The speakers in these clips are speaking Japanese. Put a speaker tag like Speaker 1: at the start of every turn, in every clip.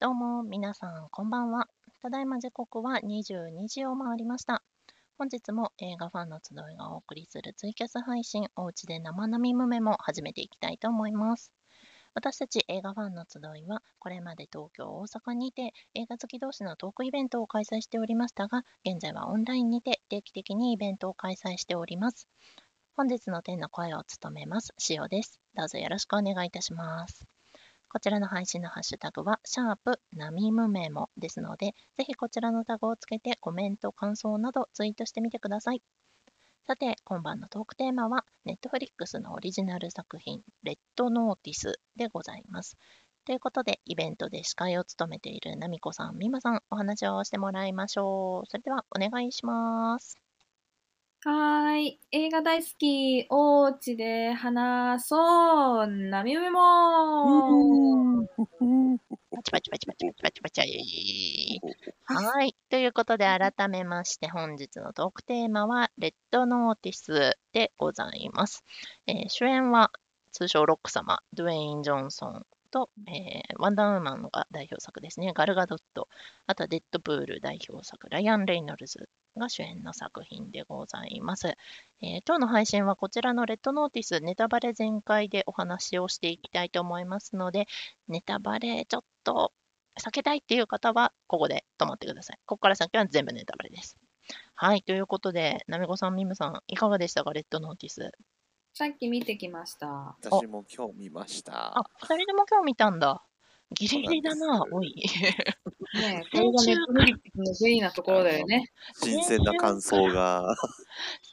Speaker 1: どうも、皆さん、こんばんは。ただいま時刻は22時を回りました。本日も映画ファンの集いがお送りするツイキャス配信、おうちで生並みむめも始めていきたいと思います。私たち映画ファンの集いは、これまで東京、大阪にて映画好き同士のトークイベントを開催しておりましたが、現在はオンラインにて定期的にイベントを開催しております。本日の天の声を務めます、しおです。どうぞよろしくお願いいたします。こちらの配信のハッシュタグは、シャープナミムメモですので、ぜひこちらのタグをつけてコメント、感想などツイートしてみてください。さて、今晩のトークテーマは、Netflix のオリジナル作品、レッドノーティスでございます。ということで、イベントで司会を務めているナミコさん、ミマさん、お話をしてもらいましょう。それでは、お願いします。
Speaker 2: はい。映画大好き、おうちで話そう、なみうめも
Speaker 1: パチパチパチパチパチパチパチはい。ということで、改めまして、本日のトークテーマは、レッドノーティスでございます。えー、主演は、通称ロック様、ドゥエイン・ジョンソンと、えー、ワンダーウーマンが代表作ですね、ガルガドット、あとデッドプール代表作、ライアン・レイノルズが主演の作品でございます、えー、今日の配信はこちらのレッドノーティス、ネタバレ全開でお話をしていきたいと思いますので、ネタバレちょっと避けたいっていう方は、ここで止まってください。ここから先は全部ネタバレです。はい、ということで、なめこさん、みむさん、いかがでしたか、レッドノーティス。
Speaker 2: さっき見てきました。
Speaker 3: 私も今日見ました。
Speaker 1: あ、二人とも今日見たんだ。ギリギリだな、おい。
Speaker 2: ねえ、これがネットフリックスの不利なところだよね。
Speaker 3: 新鮮な感想が。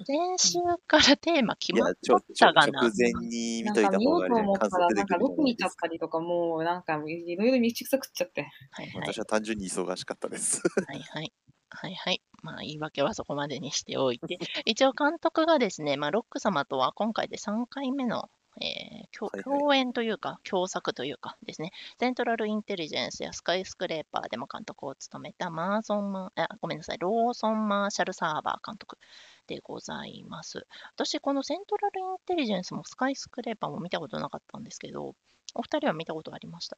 Speaker 1: 先週からテーマ決まったがな。
Speaker 3: 直前に見といた方
Speaker 2: なんか
Speaker 3: がいい、ね。
Speaker 2: 見ようと思ったら、なんか6見ちゃったりとか、もうなんかいろいろ道草食っちゃって。
Speaker 1: はいはい、
Speaker 3: 私は単純に忙しかったです。
Speaker 1: はいはい。はいはい。まあ、言い訳はそこまでにしておい て、一応監督がですね、まあ、ロック様とは今回で3回目の、えー、共演というか、共作というかですね、セントラルインテリジェンスやスカイスクレーパーでも監督を務めたマーソンマあ、ごめんなさい、ローソン・マーシャル・サーバー監督でございます。私、このセントラルインテリジェンスもスカイスクレーパーも見たことなかったんですけど、お二人は見たことありました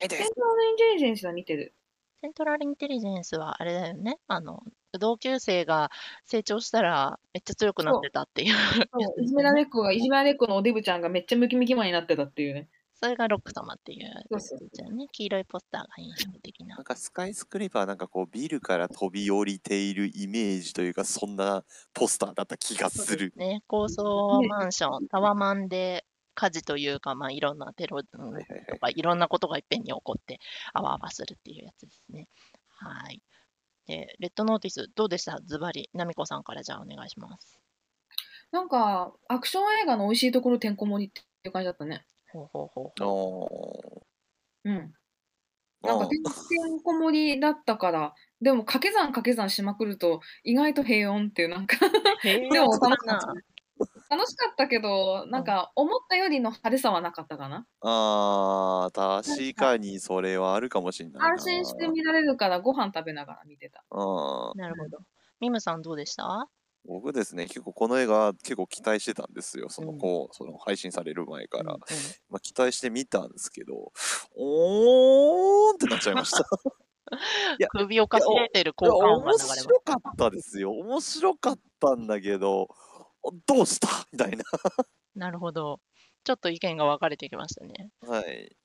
Speaker 2: セントラルインテリジェンスは見てる。
Speaker 1: セントラルインテリジェンスはあれだよね。あの、同級生が成長したらめっちゃ強くなってたっていう。
Speaker 2: いじめられっ子が、いじめられっ子のおデブちゃんがめっちゃムキムキマになってたっていうね。
Speaker 1: それがロック様っていう、ね、黄色いポスターが印象的な。
Speaker 3: なんかスカイスクレーパーなんかこうビルから飛び降りているイメージというかそんなポスターだった気がする。
Speaker 1: すね、高層マンション、タワマンで火事というか、まあ、いろんなテロとか、いろんなことがいっぺんに起こって、あわあわするっていうやつですね。はい。で、レッドノーティス、どうでしたズバリ、ナミコさんからじゃあお願いします。
Speaker 2: なんか、アクション映画の美味しいところてんこ盛りっていう感じだったね。
Speaker 1: ほうほうほ
Speaker 3: うほ
Speaker 2: う。うん。なんか、てんこ盛りだったから、でも掛け算掛け算しまくると、意外と平穏っていう、なんか でも楽しかった。楽しかったけど、なんか思ったよりの派手さはなかったかな。
Speaker 3: ああ、確かにそれはあるかもしれない
Speaker 2: 安心して見られるからご飯食べながら見てた。
Speaker 3: あ
Speaker 1: なるほど。ミムさんどうでした
Speaker 3: 僕ですね、結構この映画結構期待してたんですよ。そのこう、うん、その配信される前から、うんうん、まあ期待してみたんですけど、おーんってなっちゃいま した。
Speaker 1: いや首をかしげてる効果
Speaker 3: 音が流れます。面白かったですよ。面白かったんだけど。どうしたみたいな
Speaker 1: なるほど。ちょっと意見が分かれてきましたね。
Speaker 3: はい。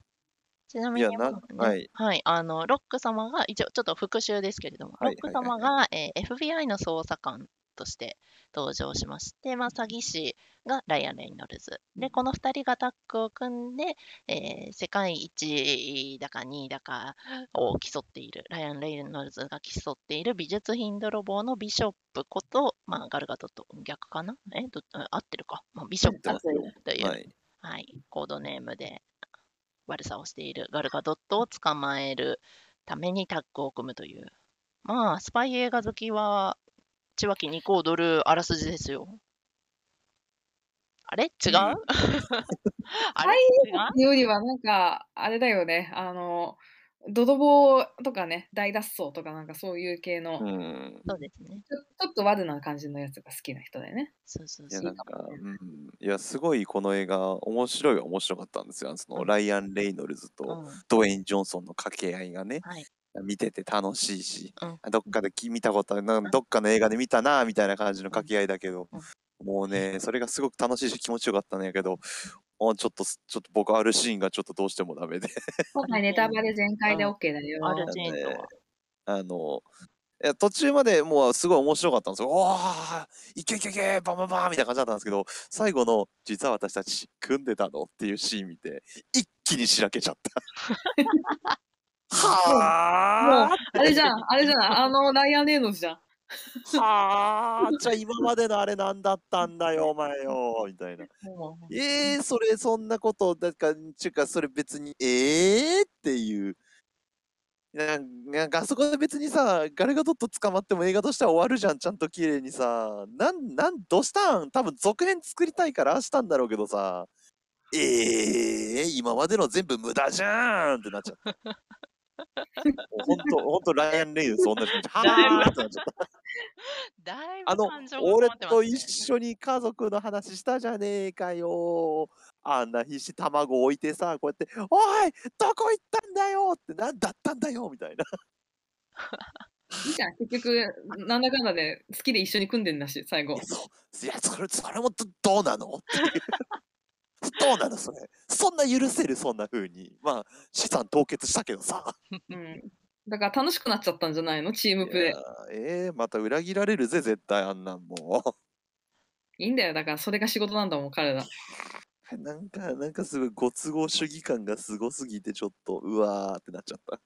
Speaker 1: ちなみに、ねはい、はい、あの、ロック様が、一応、ちょっと復習ですけれども、ロック様が、えー、FBI の捜査官として登場しまして、まあ、詐欺師がライアン・レイノルズ。で、この2人がタッグを組んで、えー、世界一だか2位だかを競っている、ライアン・レイノルズが競っている美術品泥棒のビショップこと、まあ、ガルガドと逆かなえど合ってるか、まあ、ビショップという、はい、はい、コードネームで悪さをしているガルガドットを捕まえるためにタッグを組むという。まあ、スパイ映画好きは千脇2個踊るあらすじですよ。あれ違う、うん、 あ
Speaker 2: れ違うよりはなんか、あれだよね。あの、泥棒とかね大脱走とかなんかそういう系の、
Speaker 3: う
Speaker 2: ち
Speaker 3: ん。
Speaker 1: そうですね。
Speaker 2: ょちょっとワルな感じのやつが好きな人だよね。
Speaker 1: そうそう
Speaker 3: い
Speaker 1: そ
Speaker 3: や
Speaker 1: う。
Speaker 3: なんか、うん、いやすごいこの映画面白いは面白かったんですよ。そのライアン・レイノルズと、
Speaker 1: うん、
Speaker 3: ドウェイン・ジョンソンの掛け合いがね、
Speaker 1: はい
Speaker 3: 見てて楽しいし、
Speaker 1: うん
Speaker 3: あどっかでき見たことあるなん
Speaker 1: うん
Speaker 3: どっかの映画で見たなみたいな感じの掛け合いだけど、
Speaker 1: うん
Speaker 3: もうねそれがすごく楽しいし気持ちよかったんやけど、あちょっとすちょっと僕あるシーンがちょっとどうしてもダメで
Speaker 2: 今回ネタバレ全開で
Speaker 1: うん
Speaker 2: OK だよ。
Speaker 1: あるジェーンとは。
Speaker 3: あのいや途中までもうすごい面白かったんですよ。おーいけいけいけバンバンバンみたいな感じだったんですけど最後の「実は私たち組んでたの?」っていうシーン見て一気にしらけち ゃった。はあ
Speaker 2: もうあれじゃん、あれじゃん、あのライアン・レイノルズじゃん。
Speaker 3: はあ、じゃあ今までのあれなんだったんだ よ、お前よ、みたいな。
Speaker 1: もう
Speaker 3: ええー、それ、そんなこと、だから、ちゅうか、それ別に、ええー、っていう。なんなんか、あそこで別にさ、ガレガドット捕まっても映画としては終わるじゃん、ちゃんと綺麗にさ。なん、なん、どうしたん多分続編作りたいからしたんだろうけどさ。ええー、今までの全部無駄じゃんってなっちゃった。 ほんと、ほんと、ライアン・レイズ、同じ。 はーってなっちゃった。
Speaker 1: だいぶ
Speaker 3: あの
Speaker 1: 感情、が
Speaker 3: 俺
Speaker 1: 困ってますね
Speaker 3: と一緒に家族の話したじゃねえかよ。あんな必死卵置いてさ、こうやって、おい、どこ行ったんだよって、なんだったんだよみたいな。
Speaker 2: いいじゃん、結局、なんだかんだで好きで一緒に組んでんだし、最後
Speaker 3: いや、。そういやそれ、それもどどうなのっていう どうなのそれ。そんな許せる、そんな風に。まあ、資産凍結したけどさ。
Speaker 2: うん。だから楽しくなっちゃったんじゃないのチームプレ
Speaker 3: いやええまた裏切られるぜ、絶対、あんなんもう。
Speaker 2: イ。いいんだよ、だからそれが仕事なんだもん、彼ら。
Speaker 3: なんか、なんかすごいご都合主義感がすごすぎて、ちょっと、うわーってなっちゃった。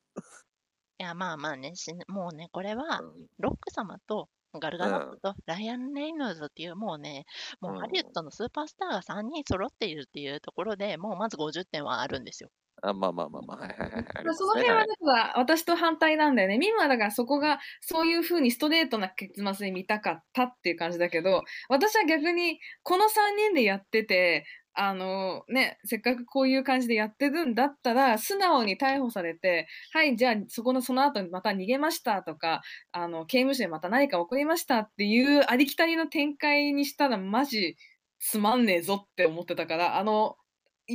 Speaker 1: いや、まあまあね、しもうね、これは、
Speaker 3: うん
Speaker 1: ロック様とガルガラットとライアン・レイノルズっていうもうね、もうハリウッドのスーパースターが3人揃っているっていうところでもうまず50点はあるんですよ。
Speaker 3: あ、まあまあまあまあ、はいはいはいはい。
Speaker 2: その辺はだから私と反対なんだよね。ミンはだからそこがそういう風にストレートな結末に見たかったっていう感じだけど、私は逆にこの3人でやってて、あのね、せっかくこういう感じでやってるんだったら、素直に逮捕されて、はい、じゃあそこのその後にまた逃げましたとか、あの、刑務所でまた何か起こりましたっていうありきたりの展開にしたらマジつまんねえぞって思ってたから、あの、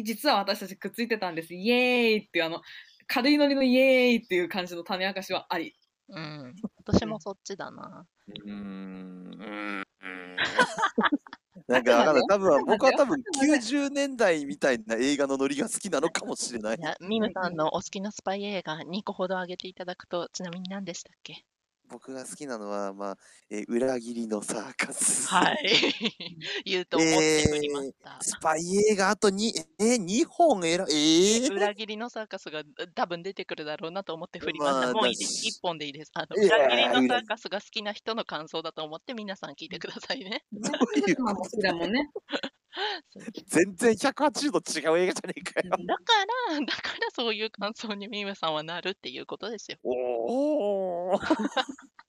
Speaker 2: 実は私たちくっついてたんです、イエーイっていうあの、軽いノリのイエーイっていう感じの種明かしはあり。
Speaker 1: うん。私もそっちだな。
Speaker 3: うーんうーんなんかわかんない多分僕は多分90年代みたいな映画のノリが好きなのかもしれない
Speaker 1: い。や、ミムさんのお好きなスパイ映画2個ほど挙げていただくと、ちなみに何でしたっけ
Speaker 3: 僕が好きなのは、まあ、えー裏切りのサーカス。
Speaker 1: い。 言うと思っておりました。
Speaker 3: スパイ映画あとに、えー、2本選えー
Speaker 1: 裏切りのサーカスがう多分出てくるだろうなと思って振りまし
Speaker 3: ま
Speaker 1: た。
Speaker 3: あ
Speaker 1: もういい
Speaker 3: だ
Speaker 1: です。
Speaker 3: し
Speaker 1: 1本でいいです。あの
Speaker 3: いや
Speaker 1: 裏切りの
Speaker 3: 裏
Speaker 1: サ
Speaker 3: 切
Speaker 1: ーカスが好きな人の感想だと思って皆さん聞いてください ね。
Speaker 3: どういう
Speaker 2: まあ
Speaker 3: こ
Speaker 2: もう好
Speaker 3: と
Speaker 2: きだもんね。
Speaker 3: 全然180度違う映画じゃねえかよ。
Speaker 1: だから、だからそういう感想にミムさんはなるっていうことですよ。
Speaker 3: おお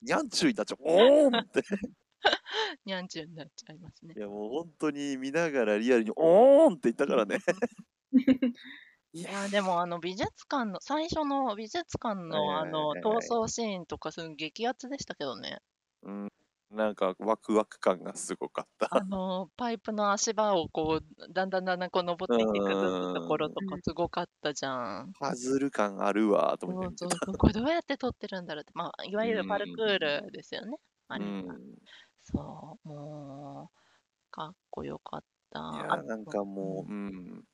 Speaker 3: にゃんちゅういたちょ、おーんって。
Speaker 1: にゃんちゅうになっちゃいますね
Speaker 3: い。やもう本当に見ながらリアルに「おーん!」って言ったからね。い
Speaker 1: いやーでもあの美術館の最初の美術館のあ
Speaker 3: はいはい
Speaker 1: の
Speaker 3: はいはい
Speaker 1: 闘争シーンとかすごい激アツでしたけどね。
Speaker 3: うん、なんかワクワク感がすごかった。
Speaker 1: あのパイプの足場をこうだんだんだんだんこう登っていって崩すところとか
Speaker 2: うん
Speaker 1: すごかったじゃん。
Speaker 3: パズル感あるわと
Speaker 1: そ
Speaker 3: 思って
Speaker 1: うそう
Speaker 3: 見てた。
Speaker 1: そう これどうやって撮ってるんだろうって、まあ、いわゆるパルクールですよね。あ
Speaker 3: う
Speaker 1: れ
Speaker 3: ん、
Speaker 1: そう、もう、かっこよかった。
Speaker 3: いや
Speaker 1: あと
Speaker 3: なんかもう、うん、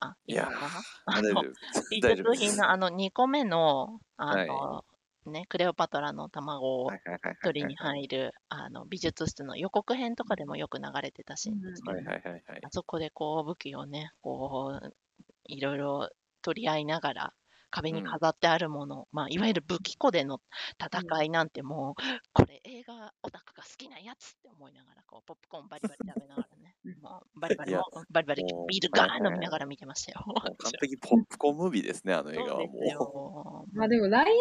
Speaker 1: あ、い
Speaker 3: い
Speaker 1: いの
Speaker 3: や
Speaker 1: かな
Speaker 3: 大丈夫で
Speaker 1: 美
Speaker 3: す。 大丈夫
Speaker 1: 術
Speaker 3: です。
Speaker 1: 品
Speaker 3: は
Speaker 1: のあの2個目の、あ
Speaker 3: はい
Speaker 1: の、ね、クレオパトラの卵を
Speaker 3: いはいはい
Speaker 1: 取りに入る、あの、美術室の予告編とかでもよく流れてたシーンですけ
Speaker 3: は
Speaker 1: ど、
Speaker 3: いはいはいはい
Speaker 1: あそこでこう武器をね、こう、いろいろ取り合いながら、壁に
Speaker 3: うん
Speaker 1: 飾ってあるもの、まあ、いわゆる武器庫での戦いなんてもう、これ映画オタクが好きなやつって思いながら、こう、ポップコーンバリバリ食べながらね
Speaker 2: う、ん
Speaker 1: もうバリバリ
Speaker 3: いや
Speaker 1: もう、バリバリ
Speaker 3: もう
Speaker 1: ビールガー
Speaker 3: はい
Speaker 1: ン
Speaker 3: はい
Speaker 1: 飲みながら見てましたよ。
Speaker 3: もう完璧ポップコーンムービーですねあの映画は
Speaker 1: そう です
Speaker 3: も
Speaker 1: よ。
Speaker 2: まあでもライアン・レイ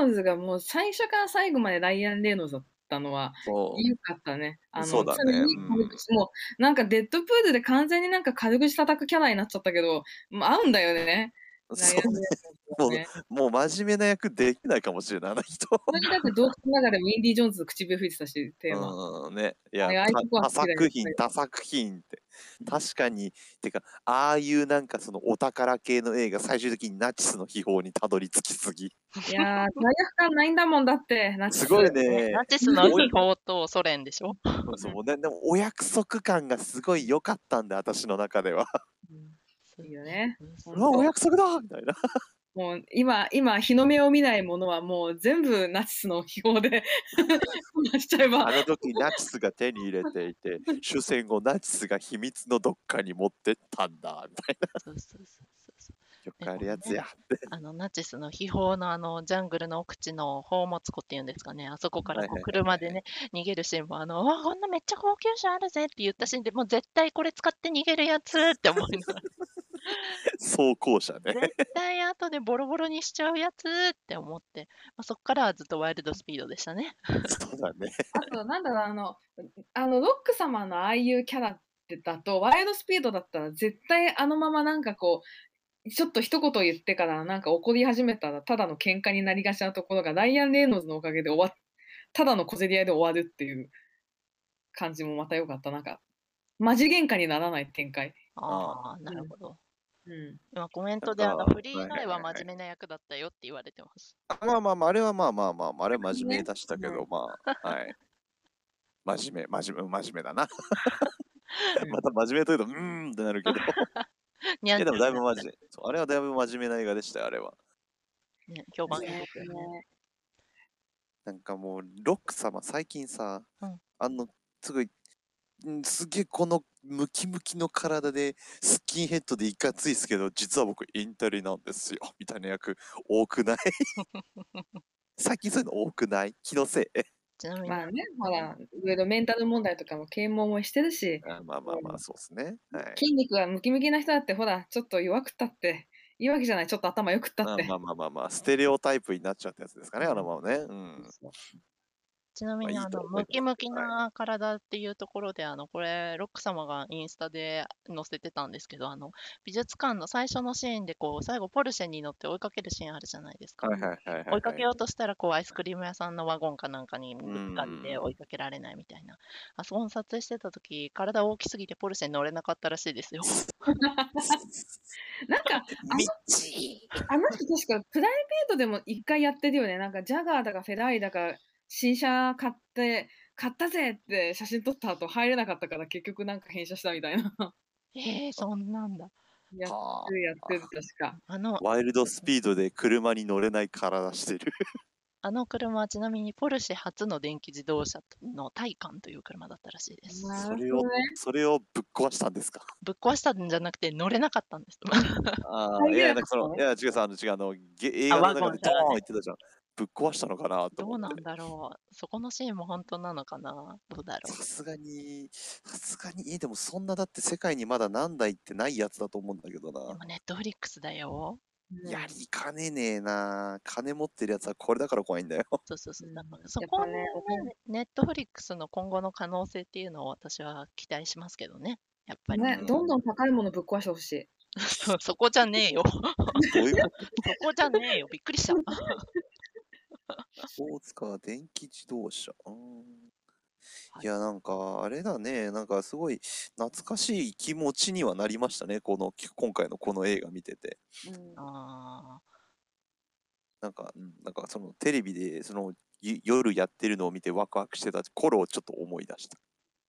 Speaker 2: ノルズがもう最初から最後までライアン・レイノルズだったのは
Speaker 3: う。そう
Speaker 2: 良かったね。あの
Speaker 3: そうだね
Speaker 2: 常に軽口もうなんかデッドプールで完全になんか軽口叩くキャラになっちゃったけど、もう合うんだよね。
Speaker 3: そうもう
Speaker 2: ね。
Speaker 3: もう真面目な役できないかもしれないあの人
Speaker 2: この間だって洞窟の中でもインディ・ジョーンズの口笛吹いてたし、テーマ。
Speaker 3: うんねいや
Speaker 2: あれああいうとこ
Speaker 3: 多
Speaker 2: は
Speaker 3: 多
Speaker 2: 好きだよ
Speaker 3: 作品
Speaker 2: やっ
Speaker 3: 多作品って確かにてかああいうなんかそのお宝系の映画最終的にナチスの秘宝にたどり着きすぎ
Speaker 2: いやー、罪悪感ないんだもんだって、ナチス
Speaker 3: すごい。ね
Speaker 1: ナチスの秘宝とソ連でしょ
Speaker 3: そうねでもお約束感がすごい良かったんで私の中では
Speaker 2: いいよね。
Speaker 1: う
Speaker 3: 「
Speaker 1: ん
Speaker 3: うわお約束だ!」みたいな
Speaker 2: もう今、今、日の目を見ないものはもう全部ナチスの記号で こなしちゃえば
Speaker 3: あ。の時ナチスが手に入れてい て終戦後ナチスが秘密のどっかに持ってったんだみたい
Speaker 1: そうそうそうそうそう
Speaker 3: なよくあるやつや
Speaker 1: あのナチスの秘宝のあのジャングルの奥地の宝物庫っていうんですかね、あそこからこ
Speaker 3: はいうはいはいは
Speaker 1: 車
Speaker 3: い
Speaker 1: でね、逃げるシーンも、あの、わあ、こんなめっちゃ高級車あるぜって言ったシーンでもう絶対これ使って逃げるやつって思いながら、
Speaker 3: 装甲車ね
Speaker 1: 絶対後でボロボロにしちゃうやつって思って、まあ、そこからはずっとワイルドスピードでしたね。
Speaker 3: そうだね
Speaker 2: あと、なんだろう、あの、あの、ロック様のああいうキャラだと、ワイルドスピードだったら、絶対あのままなんかこう、ちょっと一言言ってからなんか怒り始めたら、ただの喧嘩になりがちなところが、ライアン・レイノルズのおかげで終わっ、ただの小競り合いで終わるっていう感じもまた良かった。なんか、マジ喧嘩にならない展開。
Speaker 1: あ
Speaker 3: あ
Speaker 1: あー、なるほど。
Speaker 2: うん。
Speaker 1: 今コメン
Speaker 3: なん
Speaker 1: トであの
Speaker 3: か
Speaker 1: フリー以外は
Speaker 3: はいはいはい
Speaker 1: 真面目な役だったよって言われてます。
Speaker 3: あまあまあまあ、あれはまあまあまあまあ、あれは真面目でしたけ
Speaker 2: ね
Speaker 3: ど、まあ、はい。真面目、真面目、真面目だな。また真面目というと、うーんってな るけど。い
Speaker 1: にゃん
Speaker 3: や、
Speaker 1: ち
Speaker 3: で
Speaker 1: ゃん
Speaker 3: もだいぶ真面目。そうあれはだいぶ真面目な映画でしたよ、あれは。
Speaker 1: ね評判いいですよね。
Speaker 3: なんかもう、ロック様、最近さ、
Speaker 1: うん
Speaker 3: あの、すごい、んすげえこのムキムキの体でスキンヘッドでいかついですけど実は僕インテリなんですよ みたいな役多くない 最近そういうの多くない気のせい
Speaker 1: ちなみに、
Speaker 2: まあね、ほら、いろいろメンタル問題とかも啓蒙もしてるし、
Speaker 3: あ まあまあまあそうですねはい
Speaker 2: 筋肉がムキムキな人だって、ほら、ちょっと弱くったって、いいわけじゃない、ちょっと頭良くったって。
Speaker 3: まあまあまあまあまあ、ステレオタイプになっちゃったやつですかね、あのままね。うん。
Speaker 1: ちなみ
Speaker 3: まあ
Speaker 1: に、
Speaker 3: いい
Speaker 1: あ
Speaker 3: と
Speaker 1: の、
Speaker 3: 思い
Speaker 1: ム
Speaker 3: ます
Speaker 1: キムキ
Speaker 3: はい
Speaker 1: な体っていうところで、あの、これ、ロック様がインスタで載せてたんですけど、あの、美術館の最初のシーンで、こう、最後、ポルシェに乗って追いかけるシーンあるじゃないですか。
Speaker 3: はいはいはいはい。
Speaker 1: 追いかけようとしたら、こう、アイスクリーム屋さんのワゴンかなんかにぶつかっ
Speaker 3: う
Speaker 1: て
Speaker 3: ん
Speaker 1: 追いかけられないみたいな。あそこの撮影してた時、体大きすぎてポルシェに乗れなかったらしい ですよ。
Speaker 2: なんか、
Speaker 3: み
Speaker 2: あの人確かプライベートでも一回やってるよね。なんかジャガーだかフェラーリだか新車買って、買ったぜって写真撮った後入れなかったから結局なんか返車したみたいな。
Speaker 1: ええそんなんだ。
Speaker 2: やっ
Speaker 3: はあ
Speaker 2: てるやってる確か。
Speaker 1: あの、
Speaker 3: ワイルドスピードで車に乗れない体してる。
Speaker 1: あの車はちなみに、ポルシェ初の電気自動車のタイカンという車だったらしいです。
Speaker 2: な
Speaker 3: そ
Speaker 2: る
Speaker 3: れ
Speaker 2: ほ
Speaker 3: を
Speaker 2: どね。
Speaker 3: それをぶっ壊したんですか
Speaker 1: ぶっ壊したんじゃなくて、乗れなかったんです。
Speaker 3: ああ、
Speaker 2: 最
Speaker 3: いや、
Speaker 2: 悪
Speaker 3: なんかその、いや、違うさ、あの、違う、あの、げ映
Speaker 1: あ
Speaker 3: 画の
Speaker 1: ワゴン
Speaker 3: 中で
Speaker 1: じ
Speaker 3: ド
Speaker 1: ゃ
Speaker 3: ー
Speaker 1: ね
Speaker 3: ン言ってたじゃん。ぶっ壊したのかなと
Speaker 1: どう
Speaker 3: 思
Speaker 1: な
Speaker 3: っ
Speaker 1: ん
Speaker 3: て。
Speaker 1: だろう。そこのシーンも本当なのかな。どうだろ
Speaker 3: さすがに、さすがに、えでもそんなだって世界にまだ何台ってないやつだと思うんだけど
Speaker 1: う。で
Speaker 3: な
Speaker 1: も。ネットフリックスだよ。
Speaker 2: うん
Speaker 3: やりかねねえな。金持ってるやつはこれだから怖いん だよ。
Speaker 1: そうそうそう。
Speaker 2: うん
Speaker 1: だからそこの、ね
Speaker 2: やっぱね
Speaker 1: ネットフリックスの今後の可能性っていうのを私は期待しますけどね。やっぱり。
Speaker 2: ね、どんどん高いものぶっ壊してほしい。
Speaker 1: そう そこじゃねえよ。そ
Speaker 3: どういうこと
Speaker 1: こじゃねえよ。びっくりした。
Speaker 3: スポーツカー、電気自動車。うーんいや、なんか、あれだね、なんかすごい懐かしい気持ちにはなりましたね、この、き今回のこの映画見てて。
Speaker 1: あー
Speaker 3: なんか、うんなんかそのテレビで、その、ゆ夜やってるのを見てワクワクしてた頃をちょっと思い出した。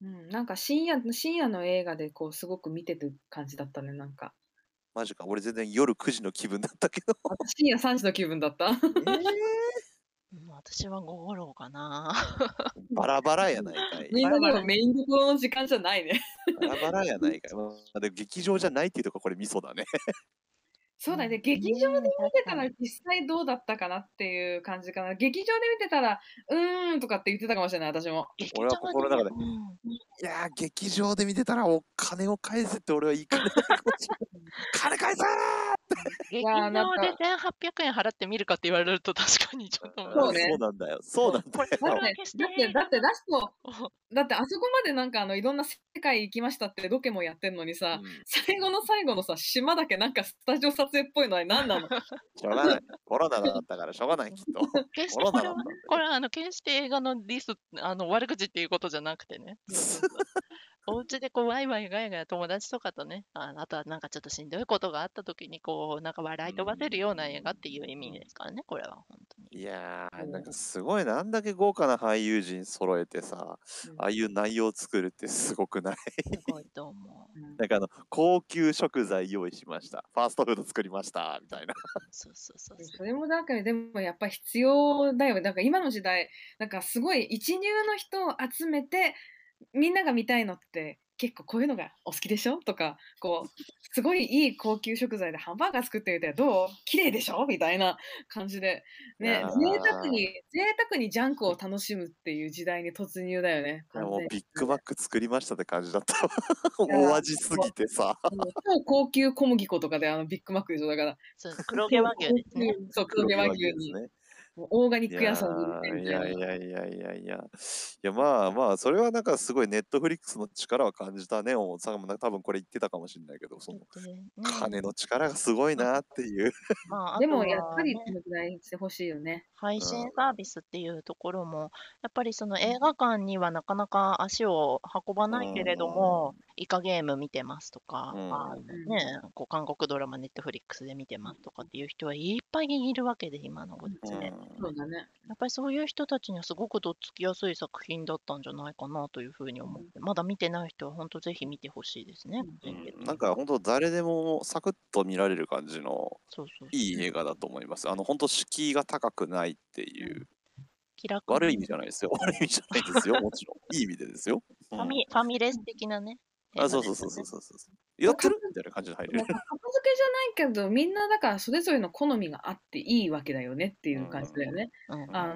Speaker 2: うん、なんか深夜深夜の映画でこうすごく見てる感じだったねなんか
Speaker 3: マジか、俺全然夜9時の気分だったけど。
Speaker 2: 私深夜3時の気分だった
Speaker 1: うん私は午後ろかな。
Speaker 3: バラバラやないかい。
Speaker 2: みんなでもメインどころの時間じゃないね
Speaker 3: バラバラやないかい。まあ、でも劇場じゃないっていうとここれミソだね。
Speaker 2: そうだね
Speaker 1: うん
Speaker 2: 劇場で見てた
Speaker 1: う
Speaker 2: ら
Speaker 1: ん
Speaker 2: 実際どうだったかなっていう感じかな劇場で見てたらうーんとかって言ってたかもしれない私も
Speaker 3: 俺は心の中で
Speaker 1: うん
Speaker 3: いやー、劇場で見てたらお金を返せって俺は言いかねないかもしれない。金返せー
Speaker 1: 劇劇
Speaker 2: やーなん
Speaker 1: 場
Speaker 2: か
Speaker 1: で1800円払って見るかって言われると確かにちょっと思います
Speaker 2: そうね
Speaker 3: そうなんだよ。そうなんだ
Speaker 1: これ
Speaker 2: だっ
Speaker 1: は
Speaker 3: よ。
Speaker 2: てだってだってラスト
Speaker 1: お
Speaker 2: だってあそこまでなんかあのいろんな世界行きましたってロケもやってんのにさ、
Speaker 3: うん
Speaker 2: 最後の最後のさ島だけなんかスタジオ撮影っぽいのは何なの
Speaker 3: しょうがない。コロナだったからしょうがない、きっと。
Speaker 1: 決し
Speaker 3: コ
Speaker 1: てこ
Speaker 3: ロナ
Speaker 1: れ
Speaker 3: だっ
Speaker 1: は
Speaker 3: たんだよ
Speaker 1: これはあの決して映画のディスあの悪口っていうことじゃなくて ねお家でこうワイワイガヤガヤ友達とかとねああとはなんかちょっとしんどいことがあった時にこうなんか笑い飛ばせるような映画っていう意味ですからねこれは本当に
Speaker 3: いや
Speaker 2: う
Speaker 3: ー、
Speaker 2: ん
Speaker 3: なんかすごいな、あんだけ豪華な俳優陣揃えてさ、
Speaker 2: うん
Speaker 3: ああいう内容を作るってすごくない
Speaker 1: すごいと思う
Speaker 3: なんかあの、高級食材用意しました。ファーストフード作りました、みたいな。
Speaker 1: そうそうそうそう
Speaker 2: それもなんかねでもやっぱ必要だよねなんか今の時代なんかすごい一流の人を集めてみんなが見たいのって結構こういうのがお好きでしょとかこうすごいいい高級食材でハンバーガー作ってみたらどう綺麗でしょみたいな感じでね
Speaker 3: いやー
Speaker 2: 贅沢に贅沢にジャンクを楽しむっていう時代に突入だよね
Speaker 3: いやもう
Speaker 2: 完全
Speaker 3: ビ
Speaker 2: に
Speaker 3: ッグマック作りましたって感じだった わ。
Speaker 2: いや
Speaker 3: 大味すぎてさ。
Speaker 2: もう超高級小麦粉とかであのビッグマックでしょだから
Speaker 1: そう黒毛和牛ですね。
Speaker 2: そう黒毛和牛に
Speaker 3: ね。
Speaker 2: もうオーガニ
Speaker 3: い
Speaker 2: ック野
Speaker 3: や
Speaker 2: 菜で売って
Speaker 3: ー
Speaker 2: る
Speaker 3: い
Speaker 2: みたいな
Speaker 3: やいやいやいやいや。いやまあまあ、それはなんかすごいネットフリックスの力は感じたね。おさんもなんか多分これ言ってたかもしれないけど、その
Speaker 1: でね
Speaker 3: 金の力がすごいなっていう。
Speaker 1: まあ、
Speaker 2: で
Speaker 1: あと
Speaker 2: も
Speaker 1: は
Speaker 2: やっぱり
Speaker 1: ね
Speaker 2: このぐらいにしてほしいよね。
Speaker 1: 配
Speaker 3: う
Speaker 1: 信
Speaker 3: ん
Speaker 1: サービスっていうところも、やっぱりその映画館にはなかなか足を運ばないけれども、イカゲーム見てますとか、
Speaker 3: うん
Speaker 1: あのね、こう韓国ドラマ、ネットフリックスで見てますとかっていう人はいっぱいいるわけで、今のご時
Speaker 3: う
Speaker 1: 世、や
Speaker 3: ん
Speaker 2: そうだね。
Speaker 1: っぱりそういう人たちにはすごくどっつきやすい作品だったんじゃないかなというふうに思って、まだ見てない人は本当ぜひ見てほしいですね。
Speaker 2: う
Speaker 3: うんなんか本当誰でもサクッと見られる感じの
Speaker 1: そうそうそう
Speaker 3: いい映画だと思います。あの本当敷居が高くないっていう、
Speaker 1: 気楽に
Speaker 3: 悪い意味じゃないですよ。 悪い意味じゃないですよ。もちろん。いい意味でですよ。う
Speaker 1: フ
Speaker 3: ん
Speaker 1: ァミファミレス的なね。映画
Speaker 3: あ、そう
Speaker 1: で
Speaker 3: そう
Speaker 1: す
Speaker 3: そ
Speaker 1: よね
Speaker 3: うそうそうそう。やってるみたいな感じで入
Speaker 2: まあ
Speaker 3: れ
Speaker 2: 格
Speaker 3: る。
Speaker 2: 付けじゃないけどみんなだからそれぞれの好みがあっていいわけだよねっていう感じだよね。
Speaker 1: うん
Speaker 3: うん
Speaker 2: あの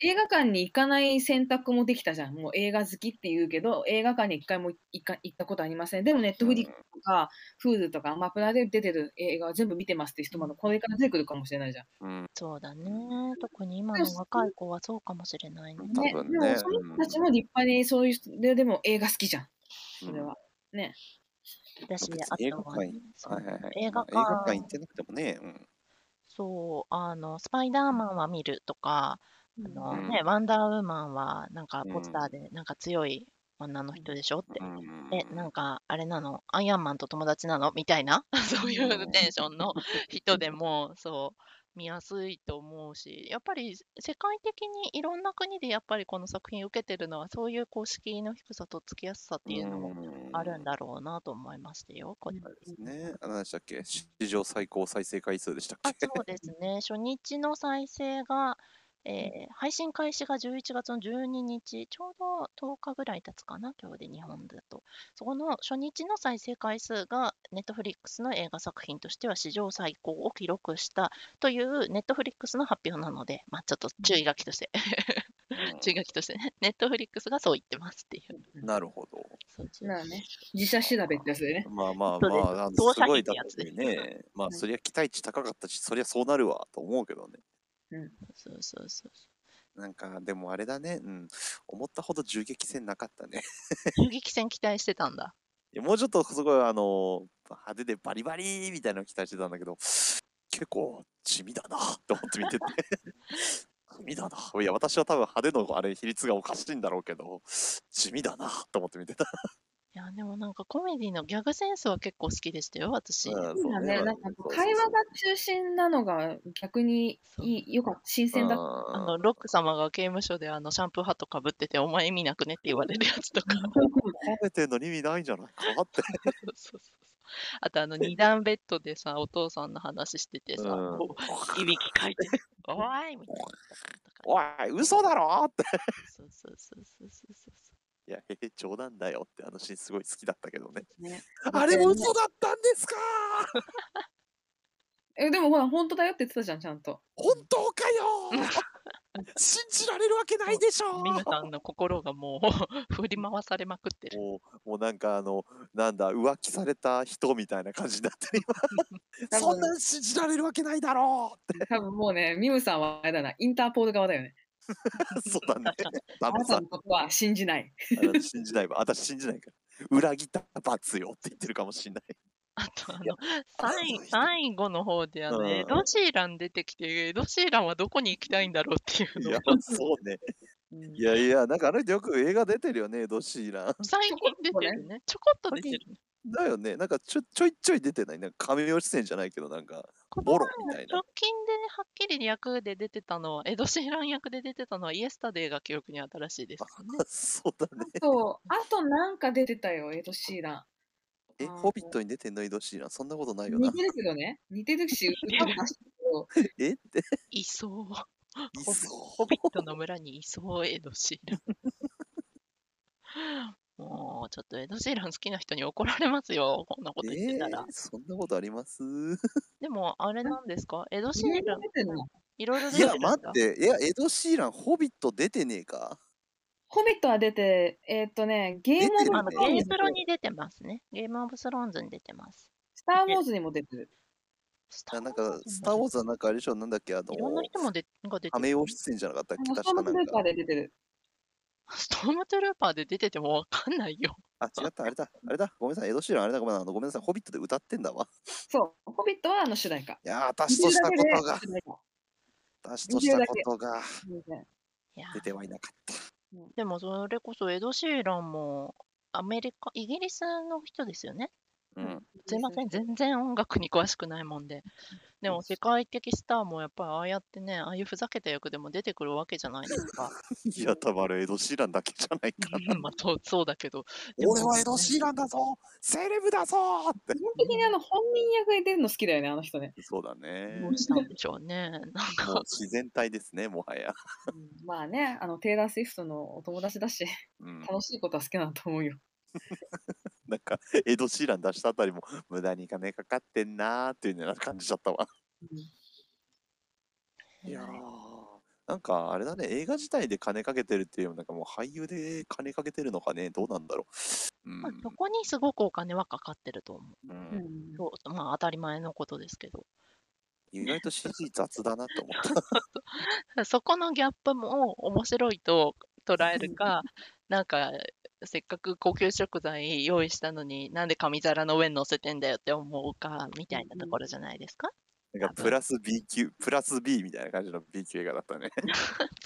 Speaker 2: 映画館に行かない選択もできたじゃん。もう映画好きって言うけど映画館に一回も行か行ったことありません。でもネットフリックスとか Hulu とかアマプラで出てる映画は全部見てますって人まだこれから出てくるかもしれないじゃん。
Speaker 3: うん。
Speaker 1: そうだね。特に今
Speaker 2: で
Speaker 1: の
Speaker 2: もそ
Speaker 1: 若い子はそうかもしれないね。
Speaker 3: 多
Speaker 2: ね、
Speaker 3: 分
Speaker 2: で
Speaker 3: ね
Speaker 2: もその人たちも立派にそういう人ででも映画好きじゃん。それは。ね。
Speaker 1: 私、
Speaker 3: 別に
Speaker 1: あ
Speaker 3: 映
Speaker 1: と
Speaker 3: 画
Speaker 1: はね、そう
Speaker 3: はいはいはい。
Speaker 1: 映画
Speaker 3: まあ映画館
Speaker 1: 館
Speaker 3: 行ってなくてもね。うん。
Speaker 1: そう、あの、スパイダーマンは見るとか、あの
Speaker 3: うん
Speaker 1: ね、ワンダーウーマンはなんかポスタ
Speaker 3: う
Speaker 1: ーでなんか強い女の人でしょって。
Speaker 3: うん
Speaker 1: え、なんか、あれなのアイアンマンと友達なのみたいな、 そういう
Speaker 3: うん
Speaker 1: テンションの人でも、そう、見やすいと思うし、やっぱり世界的にいろんな国でやっぱりこの作品受けてるのは、そういうこう敷居の低さとつきやすさっていうのもあるんだろうなと思いましたよ。これ
Speaker 3: あれですね。あ何でしたっけ史上最高再生回数でしたっ
Speaker 1: あ
Speaker 3: け
Speaker 1: そうですね、 初日の再生が、えー配信開始が11月の12日、ちょうど10日ぐらい経つかな、今日で日本だと。そこの初日の再生回数が、Netflix の映画作品としては史上最高を記録したという Netflix の発表なので、まあ、ちょっと注意書きとして、
Speaker 3: うん
Speaker 1: 注意書きとしてね、Netflix がそう言ってますっていう。
Speaker 3: なるほど。
Speaker 1: そう注意
Speaker 2: まあね、自社調べってやつでね。
Speaker 3: まあまあ
Speaker 1: そう
Speaker 3: ま
Speaker 1: です
Speaker 3: あ、あ
Speaker 1: 操
Speaker 3: のす
Speaker 1: 作費
Speaker 3: ご
Speaker 1: っ
Speaker 3: い
Speaker 1: て
Speaker 3: だ
Speaker 1: やつ
Speaker 3: って
Speaker 1: です
Speaker 3: ね。ま
Speaker 2: う
Speaker 3: あ、
Speaker 2: ん
Speaker 3: そりゃ期待値高かったし、そりゃそうなるわと思うけどね。
Speaker 1: そうそうそう そ
Speaker 3: なんか、でもあれだね。うん。思ったほど銃撃戦なかったね。
Speaker 1: う。遊撃戦期待してたんだ。
Speaker 3: いやもうちょっとすごい、あの、派手でバリバリみたいなの期待してたんだけど、結構地味だなって思って 見てて。地味だな。いや、私は多分派手のあれ比率がおかしいんだろうけど、地味だなと思って見てた。
Speaker 1: いや、でもなんかコメディのギャグセンスは結構好きでしたよ、私。
Speaker 3: うん
Speaker 2: そうだね、なんか会話が中心なのが逆にいいよかった、新鮮だった。
Speaker 1: あ
Speaker 3: っ
Speaker 1: のロック様が刑務所であのシャンプーハットかぶってて、お前意味なくねって言われるやつと か、
Speaker 3: 褒めてんのに意味ないんじゃないかって。
Speaker 1: そうそうそうあとあの二段ベッドでさ、お父さんの話しててさ、
Speaker 3: うん
Speaker 1: こういびきかいて、おいみたいなとか。
Speaker 3: おい、嘘だろって。
Speaker 1: そうそうそうそうそうそうそ
Speaker 3: いや、へへ、冗談だよってあのシーンすごい好きだったけどね。
Speaker 2: ね
Speaker 3: あれも嘘だったんですか
Speaker 2: えでもほら、本当だよって言ってたじゃん、ちゃんと。
Speaker 3: 本当かよ 信じられるわけないでしょ
Speaker 1: 皆さんの心がもう 振り回されまくってる。
Speaker 3: もうもうなんかあのなんだ浮気された人みたいな感じになってる今そんなん信じられるわけないだろう
Speaker 2: 多分もうね、ミムさんはあれだな、インターポール側だよね。
Speaker 3: そう だね
Speaker 2: あ
Speaker 3: ダメ
Speaker 2: なた
Speaker 3: さ
Speaker 2: のことは信じない。
Speaker 3: あの信じないわ私信じないから裏切った罰よって言ってるかもしれない
Speaker 1: あとあ
Speaker 3: いや
Speaker 1: の最
Speaker 3: あの人
Speaker 1: 最後の方であ
Speaker 3: う
Speaker 1: の
Speaker 3: ん
Speaker 1: エド・シーラン出てきてエド・シーランはどこに行きたいんだろうっていう
Speaker 3: い
Speaker 1: の
Speaker 3: や
Speaker 1: が
Speaker 3: そうね
Speaker 1: うん
Speaker 3: いやいやなんかあの人よく映画出てるよねエド・シーラン
Speaker 1: 最近出てるねちょこっと出てるね
Speaker 3: だよねなんかちょちょいちょい出てないなんか亀尾出演じゃないけどなんかボロみたいな
Speaker 1: 直近ではっきり役で出てたのはエド・シーラン役で出てたのはイエスタデイが記憶に新しいですよね
Speaker 3: そうだね
Speaker 2: あと、あとなんか出てたよ、エド・シーラ
Speaker 3: え
Speaker 2: あー
Speaker 3: ホビットに出てんのエド・シーランそんなことない
Speaker 2: ン。
Speaker 3: よな
Speaker 2: 似てるけどね、似てるし、歌も出してるけど、
Speaker 3: えって
Speaker 1: いそう
Speaker 3: い
Speaker 1: ホビ
Speaker 3: そ
Speaker 1: ホビットの村にいそうエド・シーランもうちょっとエド・シーラン好きな人に怒られますよこんなこ
Speaker 3: う
Speaker 1: と
Speaker 3: え
Speaker 1: 言ってたら、
Speaker 3: ーそんなことあります
Speaker 1: でもあれなんですかエド・シ
Speaker 2: いろい
Speaker 1: ーラ
Speaker 2: ろ
Speaker 1: ン
Speaker 2: 出てるの。
Speaker 1: いろいろ出
Speaker 3: い
Speaker 1: てる
Speaker 3: や
Speaker 1: んだ
Speaker 3: 待っていやエド・シーランホビット出てねえか
Speaker 2: ホビットは出て、えーっとね、ゲームオブ
Speaker 3: 出て
Speaker 1: あの
Speaker 2: スロー
Speaker 3: るね
Speaker 2: ン
Speaker 1: ゲ
Speaker 2: ズ
Speaker 1: ームロに出てますね。ゲームオブスローンズに出てます。
Speaker 2: スター・ウォーズにも出てる。
Speaker 1: スタ
Speaker 3: あ
Speaker 1: ーウォ
Speaker 3: な
Speaker 1: ー
Speaker 3: んか
Speaker 1: ズにも出て
Speaker 3: スター・ウォーズはなんかあれでしょなんだっけあの
Speaker 1: いろんな人もでが出て
Speaker 3: 亀尾出演じゃなかったっ
Speaker 2: あ
Speaker 3: け
Speaker 2: のス
Speaker 3: 確
Speaker 2: ター
Speaker 3: か
Speaker 2: ム
Speaker 3: な
Speaker 2: トル
Speaker 3: ん
Speaker 2: ーパ
Speaker 3: か
Speaker 2: ーで出てる。
Speaker 1: ストームトゥルーパーで出ててもわかんないよ。
Speaker 3: あ違ったあれだあれだごめんなさいエド・シーランあれだごめんなさいあのごめんなさいホビットで歌ってんだわ
Speaker 2: そう、ホビットはあの主題歌。
Speaker 3: いやー私としたことが
Speaker 2: 見てるだけで主題歌
Speaker 3: 私としたことが
Speaker 2: 全然
Speaker 1: いや
Speaker 3: 出てはいなかった
Speaker 1: でもそれこそエド・シーランもアメリカ、イギリスの人ですよね。
Speaker 3: うん
Speaker 1: すいません、全然音楽に詳しくないもんで。でも世界的スターもやっぱりああやってね、ああいうふざけた役でも出てくるわけじゃないですか。
Speaker 3: いや、たまるエド・シーランだけじゃないか な。
Speaker 1: まあそうそうだけど、でも
Speaker 3: 俺はエド・シーランだぞセレブだぞって。
Speaker 2: 基本的にあの本人役で出るの好きだよね、あの人ね。
Speaker 3: そうだね。
Speaker 1: ど
Speaker 3: も
Speaker 1: うしたんでしょうね。なん
Speaker 3: う
Speaker 1: か、
Speaker 3: 自然体ですね、もはや。
Speaker 2: うんまあね、あのテイラー・スウィフトのお友達だ し、
Speaker 3: うん、
Speaker 2: 楽しいことは好きなんだと思うよ。
Speaker 3: なんか、エド・シーラン出したあたりも、無駄に金かかってんなーっていうのは感じちゃったわ。いやー。なんかあれだね映画自体で金かけてるっていうよりもなんかもう俳優で金かけてるのかねどうなんだろう、うん
Speaker 1: まあ、そこにすごくお金はかかってると思う。
Speaker 3: うん
Speaker 2: うん
Speaker 1: そうまあ当たり前のことですけど、
Speaker 3: 意外と CG 雑だなと思 っ た
Speaker 1: そこのギャップも面白いと捉えるか、なんかせっかく高級食材用意したのになんで紙皿の上に乗せてんだよって思うかみたいなところじゃないですか。
Speaker 3: なんかプラス B 級プラス B みたいな感じの B 級映画だったね
Speaker 1: プ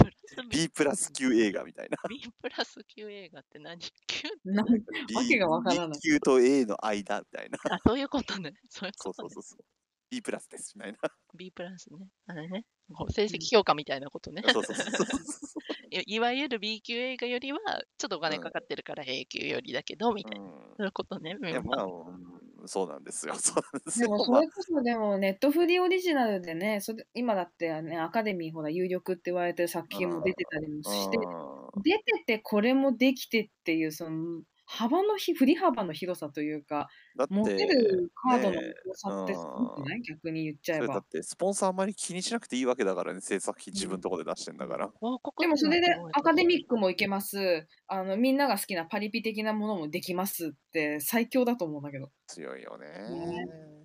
Speaker 1: ラス
Speaker 3: B プラス級映画みたいな
Speaker 1: B プラス級映画って何級
Speaker 2: なんか わけがわからない
Speaker 3: B 級と A の間みたいな。
Speaker 1: あそういうことね。そういう
Speaker 3: そ
Speaker 1: こ
Speaker 3: うそ
Speaker 1: と
Speaker 3: う
Speaker 1: ね。
Speaker 3: そうそう。B プラスですみたいな。
Speaker 1: B プラスね。あれね。こう成績評価みたいなことね。
Speaker 3: そうそうそうそうそ
Speaker 1: い いわゆる B 級映画よりはちょっとお金かかってるから A 級よりだけどみたいな。
Speaker 3: う。
Speaker 1: そういうことね。
Speaker 3: うん。いやまあ、うん、そうなんですよ。そうなんです
Speaker 2: で
Speaker 3: よ。
Speaker 2: もそ
Speaker 3: まあ
Speaker 2: れこそでもネットフリーオリジナルでねそれ今だってねアカデミーほら有力って言われてる作品も出てたりもして
Speaker 3: う
Speaker 2: 出ててこれもできてっていうその幅のひ振り幅の広さというか
Speaker 3: ん、だ
Speaker 2: 持
Speaker 3: ってて、
Speaker 2: るカードの
Speaker 3: ね
Speaker 2: 広さってすごくない逆に言っちゃ
Speaker 3: そ
Speaker 2: え
Speaker 3: れだ
Speaker 2: ば
Speaker 3: っ。てスポンサーあんまり気にしなくていいわけだからね、制作費自分とこで出してんだから。
Speaker 1: 広告
Speaker 2: でもそれで
Speaker 1: すごい
Speaker 2: アカデミックもいけますあのみんなが好きなパリピ的なものもできますって最強だと思うんだけど。
Speaker 3: 強いよね
Speaker 2: ね。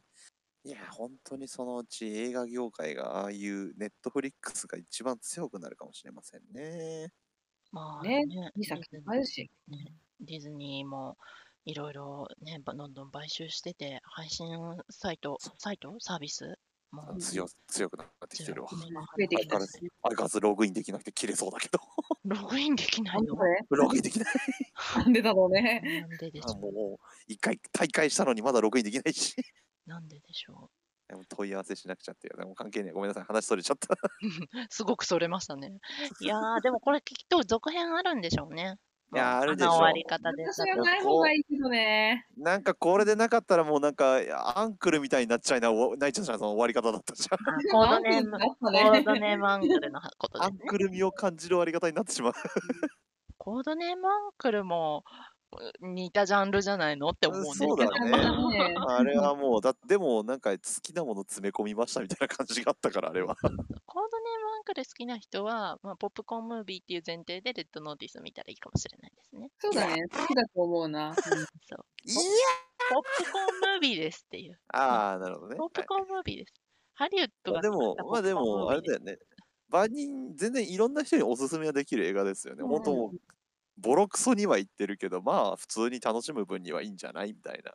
Speaker 3: いや、本当にそのうち映画業界がああいうネットフリックスが一番強くなるかもしれませんね。
Speaker 1: まあ
Speaker 2: ね
Speaker 1: ね、
Speaker 2: いい作
Speaker 1: ディ
Speaker 2: 品いっ
Speaker 1: ズ
Speaker 2: ぱいあるし。
Speaker 1: ディズニーもいろいろね、ばどんどん買収してて、配信サイト、サイトサービスも
Speaker 3: 強強くなってきてるわ。
Speaker 1: 強い
Speaker 2: 増えてきたし。
Speaker 3: あれガスログインできなくて切れそうだけど。
Speaker 1: ログインできない
Speaker 2: なんで
Speaker 1: の
Speaker 2: これ
Speaker 3: ログインできない。
Speaker 2: なんでだろ うね。
Speaker 1: なんででし
Speaker 3: あ
Speaker 1: ょ
Speaker 3: もう、一回大会したのにまだログインできない し。
Speaker 1: うなんででしょ
Speaker 3: でも問い合わせしなくちゃっていう。でも関係ねえ。ごめんなさい。話それちゃった。
Speaker 1: うすごくそれました ね。いやー、でもこれきっと続編あるんでしょうね。
Speaker 3: いやーあるでしょう
Speaker 1: の終わり方で。
Speaker 2: 私はない方がいいけどね。
Speaker 3: なんかこれでなかったらもうなんか、アンクルみたいになっちゃいな、お泣いちゃうじゃん。その終わり方だったじゃん。
Speaker 1: あコードネーム、
Speaker 2: なん
Speaker 1: コ
Speaker 2: て言うんだろうね
Speaker 1: ードネームアンクルのことで
Speaker 3: ア
Speaker 1: す
Speaker 3: ン
Speaker 1: ね。
Speaker 3: クル味を感じる終わり方になってしまう。
Speaker 1: コードネームアンクルもう似たジャンルじゃないのって思うね。
Speaker 3: そうだね
Speaker 1: なんか
Speaker 2: ね
Speaker 3: あれは もう、だでもなんか好きなもの詰め込みましたみたいな感じがあったから、あれは。
Speaker 1: コードネームアンンクル好きな人は、まあ、ポップコーンムービーっていう前提でレッドノーティス見たらいいかもしれないですね。
Speaker 2: そうだね。好きだと思うな。うん
Speaker 1: そう。
Speaker 3: いや
Speaker 1: ポップコーンムービーですっていう。
Speaker 3: ああ、なるほどね。
Speaker 1: ポップコーンムービーです。ハリウッド
Speaker 3: ま
Speaker 1: が
Speaker 3: あでも、まあでも、あれだ
Speaker 1: よ。
Speaker 3: よね。万人、全然いろんな人におすすめができる映画ですよね。
Speaker 2: うん
Speaker 3: 本当もうボロクソには言ってるけど、まあ、普通に楽しむ分にはいいんじゃないみたいな。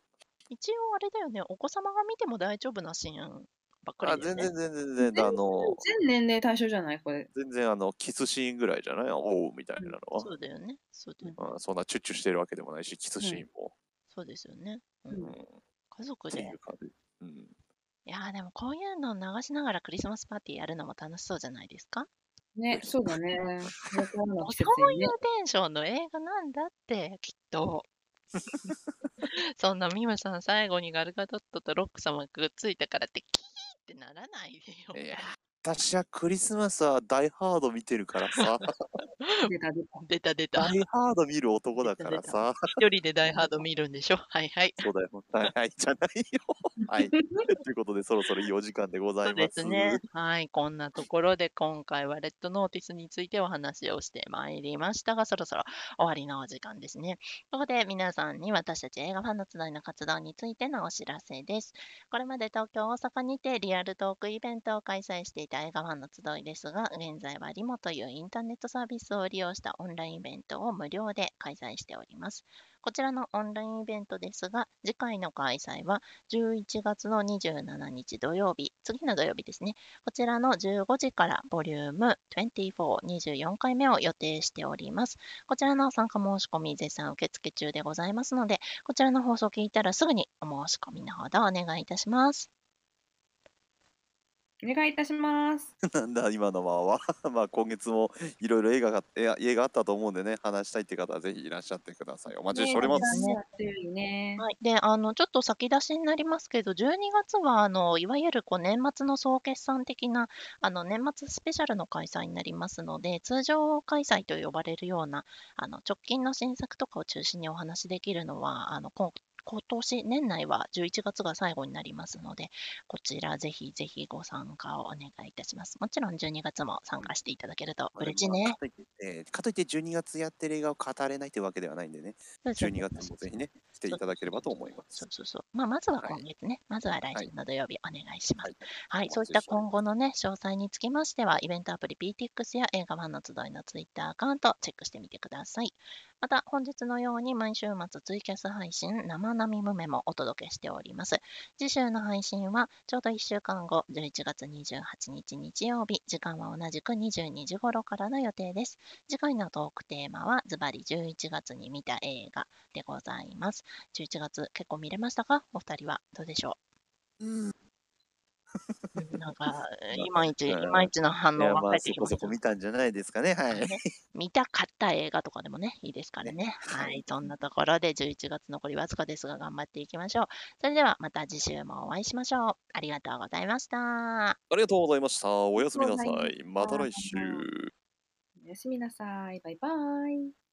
Speaker 1: 一応あれだよね、お子様が見ても大丈夫なシーンばっか
Speaker 3: あ
Speaker 1: りだよ
Speaker 3: 全
Speaker 1: ね。
Speaker 3: 然全然全然、あの、
Speaker 2: 全年齢対象じゃないこれ。
Speaker 3: 全然あの、キスシーンぐらいじゃないおうみたいなのは。
Speaker 1: そうだよね。そうだよね。
Speaker 3: うん、そんなチュッチュしてるわけでもないし、キスシーンも。
Speaker 1: そうですよね。う
Speaker 3: うんん、っ
Speaker 1: 家族
Speaker 3: て
Speaker 1: で
Speaker 3: い。う感じ。うん、
Speaker 1: いやーでもこういうの流しながらクリスマスパーティーやるのも楽しそうじゃないですか
Speaker 2: ね、そうだね。これからの季
Speaker 1: そ
Speaker 2: 節
Speaker 1: うい
Speaker 2: に
Speaker 1: う
Speaker 2: ね
Speaker 1: テ。ンションの映画なんだって、きっ と。そんなミムさん最後にガルガドットとロック様がくっついたからってキーってならないでよ。
Speaker 3: いや、私はクリスマスはダイハード見てるから さ、
Speaker 2: 出た出た
Speaker 1: 出た出た
Speaker 3: ダ。イハード見る男だからさ、
Speaker 1: 一人でダイハード見るんでしょはいはい。
Speaker 3: そうだよ、はいはいじゃない よ。はい。ということで、そろそろいいお時間でござ
Speaker 1: そ
Speaker 3: いうま。
Speaker 1: ですすね。はい。こんなところで今回はレッドノーティスについてお話をしてまいりましたが、そろそろ終わりのお時間ですね。ここで皆さんに私たち映画ファンの集いの活動についてのお知らせです。これまで東京、大阪にてリアルトークイベントを開催していた映画ファンの集いですが、現在はリモというインターネットサービスを利用したオンラインイベントを無料で開催しております。こちらのオンラインイベントですが、次回の開催は11月の27日土曜日、次の土曜日ですね、こちらの15時からボリューム24、24回目を予定しております。こちらの参加申し込み絶賛受付中でございますので、こちらの放送を聞いたらすぐにお申し込みのほどお願いいたします。
Speaker 2: お願いいたします。
Speaker 3: なんだ、今のままは。ま あ、今月もいろいろ映画が、映画映画あったと思うんでね、話したいって方はぜひいらっしゃってください。お待ちしております。
Speaker 1: す
Speaker 2: ねやってるよね。
Speaker 1: はい、であのちょっと先出しになりますけど、12月はあのいわゆるこう年末の総決算的なあの年末スペシャルの開催になりますので、通常開催と呼ばれるようなあの直近の新作とかを中心にお話しできるのは、あの今今年年内は11月が最後になりますので、こちらぜひぜひご参加をお願いいたします。もちろん12月も参加していただけると嬉しい
Speaker 3: まあ
Speaker 1: ね。
Speaker 3: かといってえーかといって12月やってる映画を語れないというわけではないんでね、12月もぜひね、来ていただければと思いま
Speaker 1: そ
Speaker 3: す
Speaker 1: う。そうそう。まあ、まずは
Speaker 3: はい
Speaker 1: 今月ね、まずは来週の土曜日お願いします。はい、
Speaker 3: お待ち
Speaker 1: そういった
Speaker 3: しております
Speaker 1: 今後のね、詳細につきましては、イベントアプリ BTX や映画ファンの集いのツイッターアカウント、チェックしてみてください。また、本日のように毎週末ツイキャス配信、生並ムメもお届けしております。次週の配信は、ちょうど1週間後、11月28日日曜日、時間は同じく22時頃からの予定です。次回のトークテーマは、ズバリ11月に見た映画でございます。11月結構見れましたかお二人はどうでしょ
Speaker 3: うん、
Speaker 1: う
Speaker 3: い
Speaker 1: うんなんかいまいちい
Speaker 3: うん
Speaker 1: まいちの反応
Speaker 3: や、
Speaker 1: が
Speaker 3: ま
Speaker 1: 返
Speaker 3: あ、
Speaker 1: って
Speaker 3: そ
Speaker 1: きま
Speaker 3: こ
Speaker 1: す
Speaker 3: そこ見たんじゃないですかね。はい。
Speaker 1: 見たかった映画とかでもねいいですからねはいそんなところで11月残りわずかですが頑張っていきましょうそれではまた次週もお会いしましょうありがとうございました
Speaker 3: ありがとうございました。おやすみなさ
Speaker 2: あ
Speaker 3: い。また来
Speaker 2: ありがとうござい
Speaker 3: 週。
Speaker 2: おやすみなさい。バイバイ。